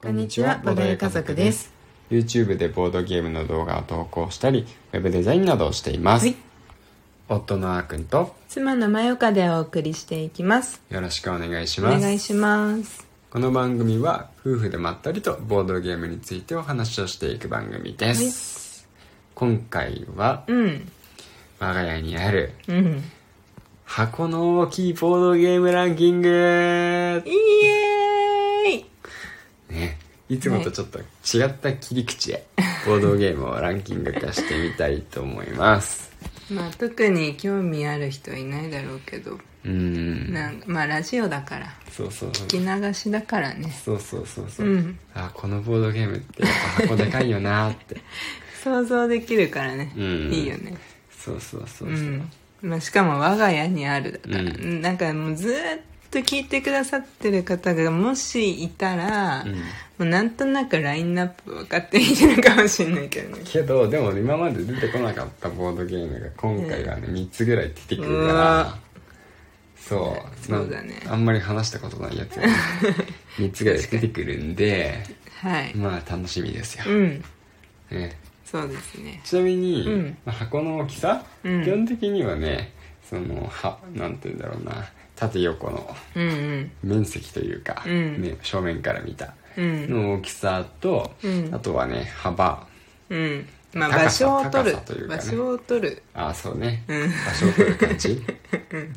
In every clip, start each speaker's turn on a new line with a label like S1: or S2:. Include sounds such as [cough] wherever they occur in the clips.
S1: こんにちは、ボドゲ家族です。。
S2: YouTube でボードゲームの動画を投稿したり、ウェブデザインなどをしています。
S1: はい
S2: 夫のあーくんと
S1: 妻のまよかでお送りしていきます。
S2: よろしくお願いし
S1: お
S2: ます。
S1: 願いします。
S2: この番組は夫婦でまったりとボードゲームについてお話をしていく番組です。今回は
S1: うん、
S2: 我が家にある
S1: うん。
S2: 箱の大きいボードゲームランキング
S1: イエーイ
S2: ね、いつもとちょっと違った切り口でボードゲームをランキング化してみたいと思います。
S1: まあ特に興味ある人いないだろうけど、
S2: うん。
S1: なんかまあラジオだから、
S2: そうそうそう。
S1: 聞き流しだからね。
S2: そうそうそうそう。
S1: うん
S2: あ、このボードゲームってやっぱ箱でかいよなって。
S1: 想像できるからね。
S2: うん
S1: いいよね。
S2: そうそうそうそう。
S1: うん。まあしかも我が家にあるだから、
S2: う
S1: なんかもうずーっと聞いてくださってる方がもしいたら、
S2: うん
S1: もうなんとなくラインナップ分かっていてるかもしれないけどね。
S2: けどでも今まで出てこなかったボードゲームが今回はね、3つぐらい出てくるか
S1: う
S2: ら
S1: わ
S2: そう
S1: そうだね
S2: なんあんまり話したことないやつが
S1: [laughs]
S2: ね3つぐらい出てくるんで
S1: はい。
S2: まあ楽しみですよ
S1: う、ん。
S2: ね
S1: そうですね。
S2: ちなみに、
S1: うん
S2: まあ箱の大きさ、
S1: うん
S2: 基本的にはねそのはなんて言うんだろうな縦横の
S1: うんうん。
S2: 面積というか、
S1: うん
S2: ね、正面から見た
S1: うん。
S2: の大きさと、
S1: うん
S2: あとはね幅
S1: うん。まあ
S2: 高
S1: 場
S2: さ
S1: 所を取
S2: 高
S1: る
S2: さとい。うか
S1: 場
S2: ね
S1: 所を取る。
S2: ああそうね、
S1: うん
S2: 場所を取る感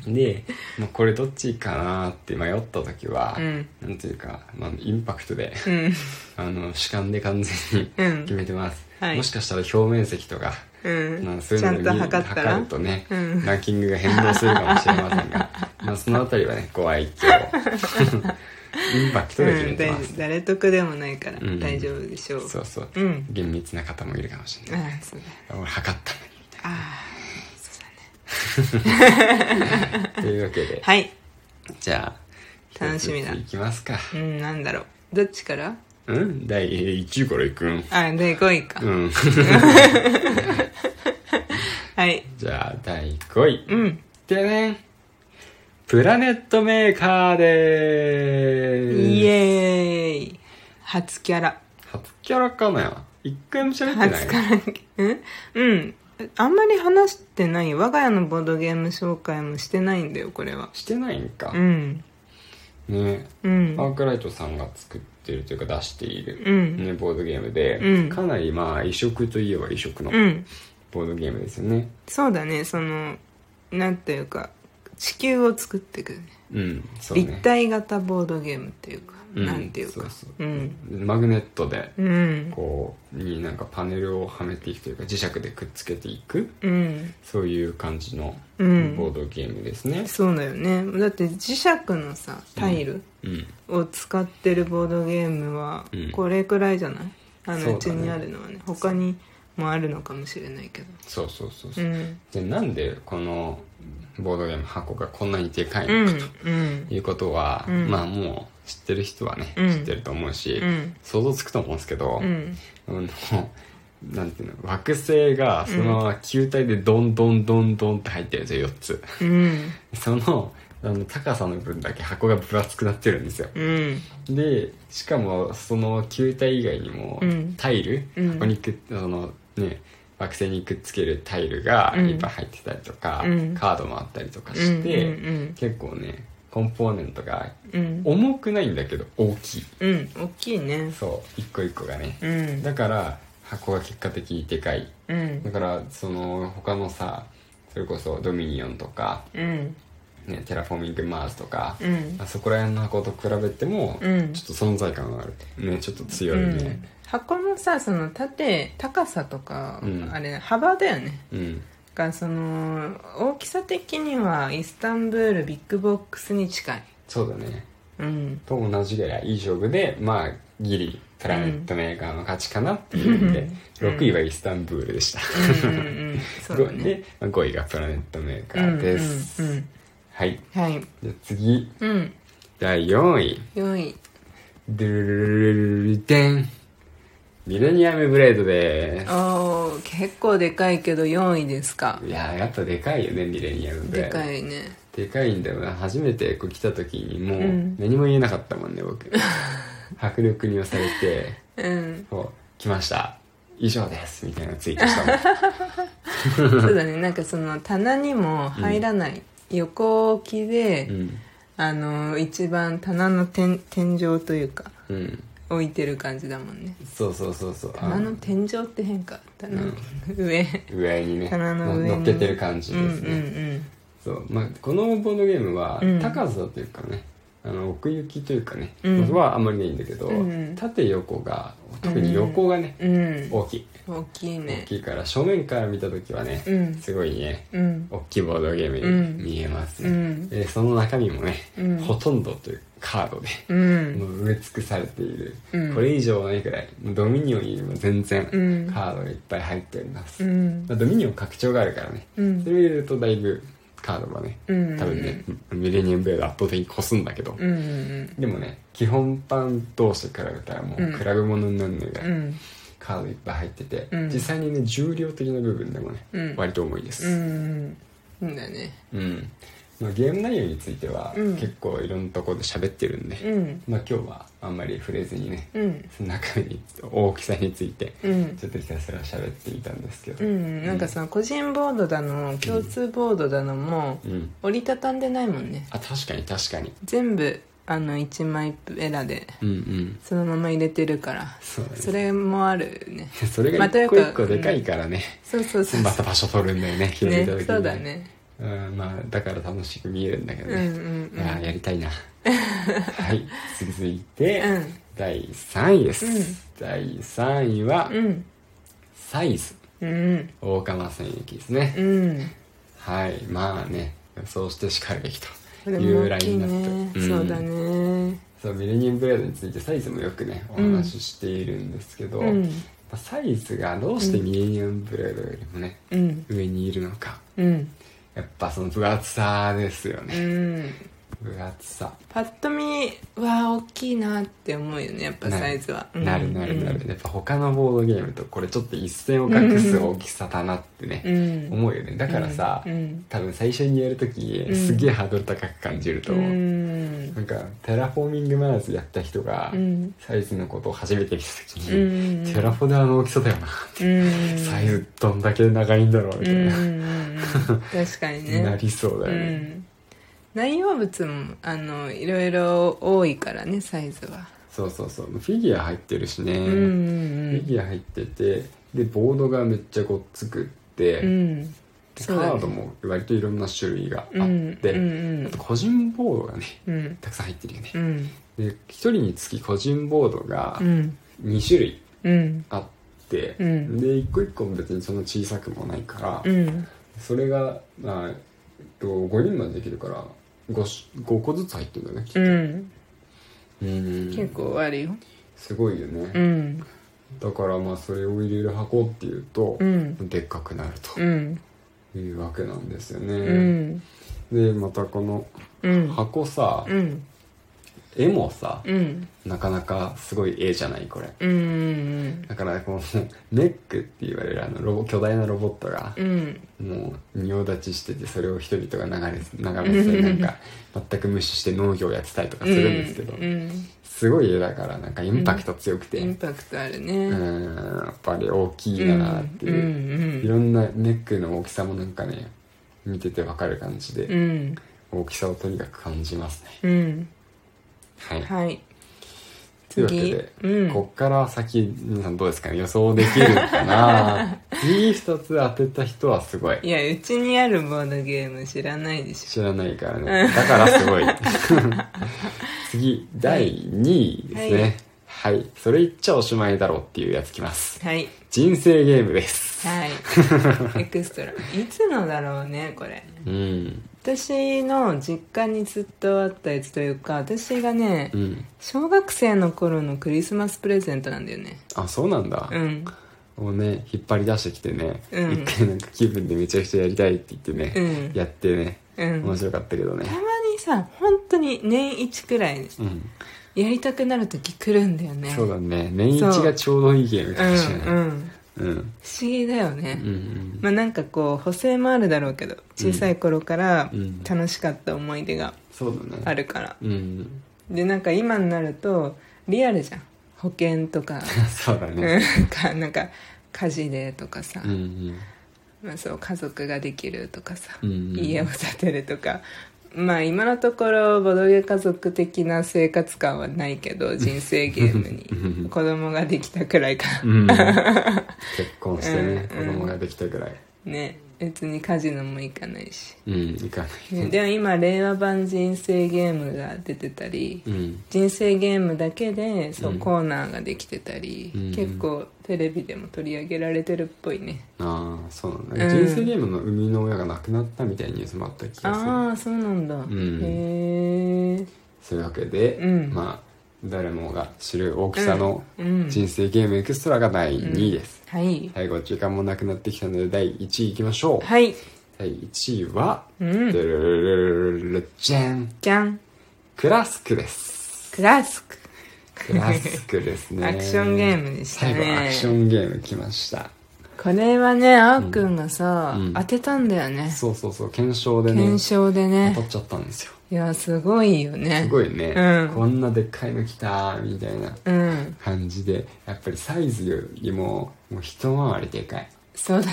S1: [laughs]
S2: じで、まあ、これどっちかなって迷った時は、
S1: うん
S2: なんていうか、まあ、インパクトで、
S1: うん。
S2: [laughs] あの主観で完全に
S1: うん
S2: 決めてます、
S1: はい
S2: もしかしたら表面積とか、
S1: うん
S2: まあそうい
S1: ちゃ
S2: うんの
S1: と
S2: を見
S1: 測ったら
S2: 測るとね、
S1: うん
S2: ランキングが変動するかもしれません
S1: [laughs]
S2: がまあそのあたりはねご愛嬌インパクトで決
S1: う
S2: め
S1: ん、
S2: て
S1: 大
S2: ま
S1: 丈
S2: す、
S1: 夫誰得でもないから
S2: うん
S1: 大丈夫でしょう、
S2: そうそう、
S1: うん
S2: 厳密な方もいるかもしれない、
S1: ああそうだ
S2: 俺測ったのにみ
S1: ああそうだね
S2: たいな [laughs] というわけで、
S1: はい
S2: じゃあ
S1: 楽しみだ
S2: 一つずついきますか
S1: うんなんだろうどっちから
S2: うん第1位からいくん
S1: あ第5位か、
S2: うん [laughs]
S1: はい
S2: じゃあ第5位
S1: うん
S2: でねんプラネットメーカーで
S1: イ
S2: ーす
S1: エーイ初キャラ [laughs]
S2: 初キャラかな一回も喋ってな
S1: 初
S2: い
S1: キャラうんうんあんまり話してない我が家のボードゲーム紹介もしてないんだよこれは
S2: してないんか
S1: う、ん
S2: ね
S1: うん
S2: アークライトさんが作ってるというか出している、
S1: うん
S2: ね、ボードゲームで、
S1: うん
S2: かなりまあ異色といえば異色の
S1: うん
S2: ボードゲームですよね
S1: そうだねそのなんていうか地球を作っていくね
S2: うん、そうね
S1: 立体型ボードゲームっていうか、
S2: うん
S1: なんていうか
S2: そう
S1: う
S2: そ
S1: ん
S2: マグネットで
S1: うん
S2: こうになんかパネルをはめていくというか磁石でくっつけていく
S1: うん
S2: そういう感じのボ
S1: うん
S2: ードゲームですね
S1: そうだよねだって磁石のさタイル
S2: うん
S1: を使ってるボードゲームは
S2: うん
S1: これくらいじゃない、
S2: そうだ
S1: あの
S2: ね
S1: うちにあるのはね他にもあるのかもしれないけど
S2: そうそうそう
S1: う
S2: そう、
S1: ん
S2: でなんでこのボードゲーム箱がこんなにでかい
S1: うん
S2: の
S1: う
S2: か
S1: ん
S2: ということは、
S1: うん
S2: まあもう知ってる人はね、
S1: うん
S2: 知ってると思うし、
S1: うん
S2: 想像つくと思うんですけど、
S1: うん
S2: あのなんていうの惑星がそのまま球体でどんどんどんどんって入ってるんですよ4つ
S1: うん
S2: そのあの高さの分だけ箱が分厚くなってるんですよ
S1: うん
S2: でしかもその球体以外にも
S1: うん
S2: タイル、
S1: うん
S2: ここにくっそのね惑星にくっつけるタイルが
S1: うん
S2: いっぱい入ってたりとか、
S1: うん
S2: カードもあったりとかして、
S1: うん
S2: 結構ねコンポーネントが
S1: うんうん
S2: 重くないんだけど大きい
S1: うん大きいね
S2: そう一個一個がね
S1: う、ん
S2: だから箱が結果的にでかい
S1: うん
S2: だからその他のさそれこそドミニオンとか、
S1: うん
S2: ね、テラフォーミングマーズとか、
S1: うん
S2: あそこら辺の箱と比べても、
S1: うん
S2: ちょっと存在感があるねちょっと強い
S1: うん
S2: ね、
S1: 箱のさその縦高さとか、
S2: うん
S1: あれ幅だよね
S2: うん、
S1: がその大きさ的にはイスタンブールビッグボックスに近い
S2: そうだね
S1: うん
S2: と同じぐらいいい勝負でまあギリプラネットメーカーの勝ちかなっていう意味で、
S1: うん
S2: 6位はイスタンブールでした、
S1: うんうんうんそう
S2: [laughs]
S1: だね
S2: で5位がプラネットメーカーです、
S1: うんうんうん
S2: はい
S1: はい
S2: じゃあ次
S1: うん
S2: 第4位
S1: 4位
S2: [laughs] ドゥルルルルルルデンミレニアムブレードです
S1: おー結構でかいけど4位ですか
S2: いやーやっぱでかいよねミレニアムブレー
S1: で
S2: ド
S1: かいね
S2: でかいんだよな初めてこう来た時にもううん
S1: [laughs]
S2: 何も言えなかったもんね、僕迫力に押されて
S1: うん
S2: こう来ました以上ですみたいなツイートしたもん
S1: そうだねなんかその棚にも入らない、横置きで、 [laughs]
S2: うん
S1: あの一番棚の天天井というか
S2: うん
S1: 置いてる感じだもんね
S2: そうそうそうそうあ
S1: 棚の天井って変化棚の、上
S2: 上にね
S1: 棚の上に
S2: 乗っけてる感じですね、
S1: うんうん
S2: そうまあ、このボードゲームは
S1: うん
S2: 高さというかね、あの奥行きというかね、
S1: うん
S2: はあんまりないんだけど、
S1: うんうん
S2: 縦横が特に横がね、
S1: うんうん
S2: 大きい、
S1: 大きいね
S2: 大きいから正面から見た時はね、
S1: うん
S2: すごいね
S1: うん
S2: 大きいボードゲーム
S1: うん
S2: に見えますね、
S1: うん
S2: でその中身もね、
S1: うん
S2: ほとんどというカードで、
S1: うん
S2: もう埋め尽くされている、
S1: うん
S2: これ以上ないくらいもうドミニオンよりも全然カ
S1: うん
S2: ードがいっぱい入っております、
S1: うん
S2: まあドミニオン拡張があるからね、
S1: うん
S2: それ見るとだいぶカードはね、
S1: うん
S2: 多分ねミレニアムベール圧倒的に越すんだけど、
S1: うんうん
S2: でもね基本版同士と比べたらもう
S1: うん
S2: 比べ物になるのが
S1: うん
S2: カードいっぱい入ってて、
S1: うん
S2: 実際にね重量的な部分でもね、
S1: うん
S2: 割と重いです、
S1: うんうんだね
S2: うんまあ、ゲーム内容については、
S1: うん
S2: 結構いろんなところで喋ってるんで、
S1: うん
S2: まあ、今日はあんまり触れずにね、
S1: うん
S2: その中身に大きさについて
S1: うん
S2: ちょっとひたすら喋っていたんですけど、
S1: うんなんかその個人ボードだの共通ボードだのも
S2: うん
S1: 折りたたんでないもんね
S2: あ確かに確かに
S1: 全部あの1枚ペラで
S2: うんうん
S1: そのまま入れてるから
S2: そうだね
S1: それもあるね
S2: それが
S1: まあとい
S2: 一
S1: う
S2: 個
S1: か
S2: 一個でかいからね、
S1: そうそうそう
S2: また場所取るんだよね広げ
S1: [laughs] ね
S2: た時に、
S1: そうだね
S2: うんまあだから楽しく見えるんだけど
S1: うんう
S2: ね、
S1: ん
S2: いやーやりた
S1: [laughs]
S2: いなはい続いて、
S1: うん
S2: 第3位です、第3位は、
S1: うん
S2: サイズ
S1: うん
S2: 大釜戦役ですね、
S1: うん
S2: はいまあねそうしてしかるべきと
S1: これ
S2: い
S1: も
S2: うライ
S1: 大きい
S2: ンナップ、
S1: ね
S2: ん
S1: そうだね
S2: そうミレニアムブレードについてサイズもよくねお話ししているんですけど、
S1: うん
S2: まあサイズがどうしてミレニアムブレードよりもね、
S1: うん
S2: 上にいるのか
S1: うん
S2: やっぱその分厚さですよ
S1: う
S2: ね、
S1: ん
S2: 分厚さ
S1: パッと見は大きいなって思うよねやっぱサイズは
S2: なる
S1: うん
S2: なるなる、やっぱ他のボードゲームとこれちょっと一線を画す大きさだなって
S1: う
S2: ね、
S1: ん
S2: 思うよねだからさ、
S1: うん
S2: 多分最初にやるとき
S1: うん
S2: すげえハードル高く感じると
S1: う
S2: 思う、
S1: ん
S2: なんかテラフォーミングマナーズやった人が、
S1: うん
S2: サイズのことを初めて見た時
S1: うんう
S2: に、
S1: ん
S2: テラフォダーの大きさだよな、
S1: うん
S2: サイズどんだけ長いんだろうみ
S1: う
S2: たい
S1: んうん
S2: な、
S1: うん確かにね
S2: [laughs] なりそうだ
S1: う
S2: よね、
S1: ん内容物もあのいろいろ多いからねサイズは
S2: そうそうそうフィギュア入ってるしね、
S1: うんうん
S2: フィギュア入っててでボードがめっちゃごっつくって、
S1: うんうん
S2: でカ
S1: そうだね
S2: ードも割といろんな種類があって、
S1: うんうんうん
S2: あと個人ボードがね
S1: うん
S2: たくさん入ってるよね
S1: う、ん
S2: で1人につき個人ボードが
S1: うん
S2: 2種類
S1: うん
S2: あって、
S1: うん
S2: で一個一個も別にそんな小さくもないから、
S1: うん
S2: それが、まあえっと、5人までできるから 5, 5個ずつ入ってるんだねきっと
S1: うん
S2: うん
S1: 結構あるよ
S2: すごいよね、
S1: うん
S2: だからまあそれを入れる箱っていうと、
S1: うん
S2: でっかくなると
S1: うん
S2: いうわけなんですよ
S1: う
S2: ね、
S1: ん
S2: でまたこの
S1: うん
S2: 箱さ、
S1: うん
S2: 絵もさ、
S1: うん
S2: なかなかすごい絵じゃないこれ
S1: うんうん
S2: だからこのネックって言われるあのロボ巨大なロボットが
S1: う、ん
S2: もう仁王立ちしててそれを人々が眺め眺めてたりなん
S1: [laughs]
S2: か全く無視して農業やってたりとかするんですけど、
S1: うんうん
S2: すごい絵だからなんかインパクト強くて、
S1: イ
S2: う
S1: ン
S2: ん、
S1: パクトあるね
S2: やっぱり大きいなっていう、い
S1: ん
S2: ろんなネックの大きさもなんかね見ててわかる感じ
S1: うんう
S2: で、
S1: ん
S2: 大きさをとにかく感じますね
S1: うんうん
S2: はい、
S1: はい
S2: というわけ
S1: 次
S2: で、
S1: うん
S2: こっから先皆さんどうですかね予想できるかな次2つ当てた人はすごい
S1: いやうちにあるボードゲーム知らないでしょ
S2: 知らないからねだからすごい次第2位ですねはい、それ言っちゃおしまいだろうっていうやつきます
S1: はい
S2: 人生ゲームです
S1: はいエクストラいつのだろうねこれ
S2: うん
S1: 私の実家にずっとあったやつというか私がね
S2: うん
S1: 小学生の頃のクリスマスプレゼントなんだよね
S2: あそうなんだ
S1: う、ん
S2: もうね引っ張り出してきてね、
S1: うん
S2: 一回なんか気分でめちゃくちゃやりたいって言ってね、
S1: うん
S2: やってね
S1: うん
S2: 面白かったけどね
S1: たまにさ本当に年一くらい
S2: うん、
S1: やりたくなる時来るんだよね
S2: そうだね年一
S1: そう
S2: がちょうどいいゲームかもしれない
S1: うんうん
S2: うんうん
S1: 不思議だよね、
S2: うん
S1: まあなんかこう補正もあるだろうけど小さい頃から
S2: うん
S1: 楽しかった思い出が
S2: そうだね
S1: あるから、
S2: うん
S1: でなんか今になるとリアルじゃん保険とか
S2: [laughs] そうだ
S1: う
S2: ね。
S1: んかなんか家事でとかさ、
S2: うんうん。
S1: まあ、そう家族ができるとかさ、
S2: うんうん
S1: 家を建てるとかまあ今のところボドゲ家族的な生活感はないけど人生ゲームに子供ができたくらいか [laughs]
S2: うん、結婚してね、
S1: うんうん
S2: 子供ができたぐらい。
S1: ね別にカジノも行かないし、
S2: うん、行かない。
S1: ねでも今令和版人生ゲームが出てたり、
S2: うん。
S1: 人生ゲームだけでそう、
S2: うん
S1: コーナーができてたり、
S2: うん
S1: 結構テレビでも取り上げられてるっぽいね、
S2: ああ、そうなんだ。
S1: うん
S2: 人生ゲームの生みの親が亡くなったみたいなニュースもあった気がする。
S1: ああそうなんだ、
S2: ん
S1: へえ
S2: そういうわけで、
S1: うん
S2: まあ、誰もが知る大きさの
S1: うん
S2: 人生ゲームエクストラが第2位です。
S1: はい
S2: 最後、時間もなくなってきたので、第1位いきましょう。
S1: はい
S2: 第1位は、
S1: う
S2: でるる
S1: ん
S2: るるるるじゃん
S1: じゃん
S2: クラスクです。
S1: クラスク
S2: クラスクですね。
S1: アクションゲームでしたね
S2: 最後、アクションゲーム来ました。
S1: これはねあーくんがさ、
S2: うん
S1: 当てたんだよね
S2: そうそうそう、検証でね、
S1: 検証でね
S2: 当たっちゃったんですよ。
S1: いやすごいよね
S2: すごいね、
S1: うん
S2: こんなでっかいの来たーみたいな
S1: うん
S2: 感じで、やっぱりサイズよりも、もう一回りでかい。
S1: そうだね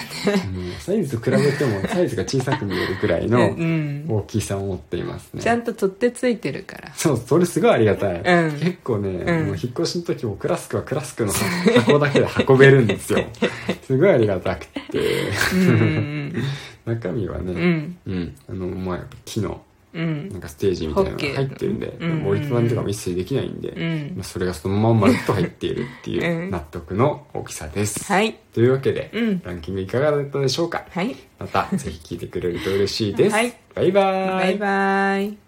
S2: もうサイズと比べてもサイズが小さく見えるくらい
S1: う
S2: の
S1: ん
S2: 大きさを持っていますね。
S1: ちゃんと取ってついてるから
S2: そう、それすごいありがたい。
S1: うん
S2: 結構ね、
S1: うん
S2: もう引っ越しの時もクラスクはクラスクの箱だけで運べるんです
S1: [laughs]
S2: よ。すごいありがたくて。
S1: うん
S2: 中身は
S1: うんう
S2: ね、
S1: ん
S2: うん、あの、まあ、やっぱ木の、
S1: うん
S2: なんかステージみたいなのが入ってるんで、
S1: うん
S2: もう折りたたみとかも一切できないんで、
S1: うん
S2: まあそれがそのまんまるっと入っているって
S1: う
S2: い
S1: ん
S2: う納得の大きさです。
S1: はい
S2: というわけで、
S1: うん
S2: ランキングいかがだったでしょうか
S1: はい
S2: またぜひ聞いてくれると嬉しいです。
S1: はい
S2: バイバーイ。
S1: バイバイ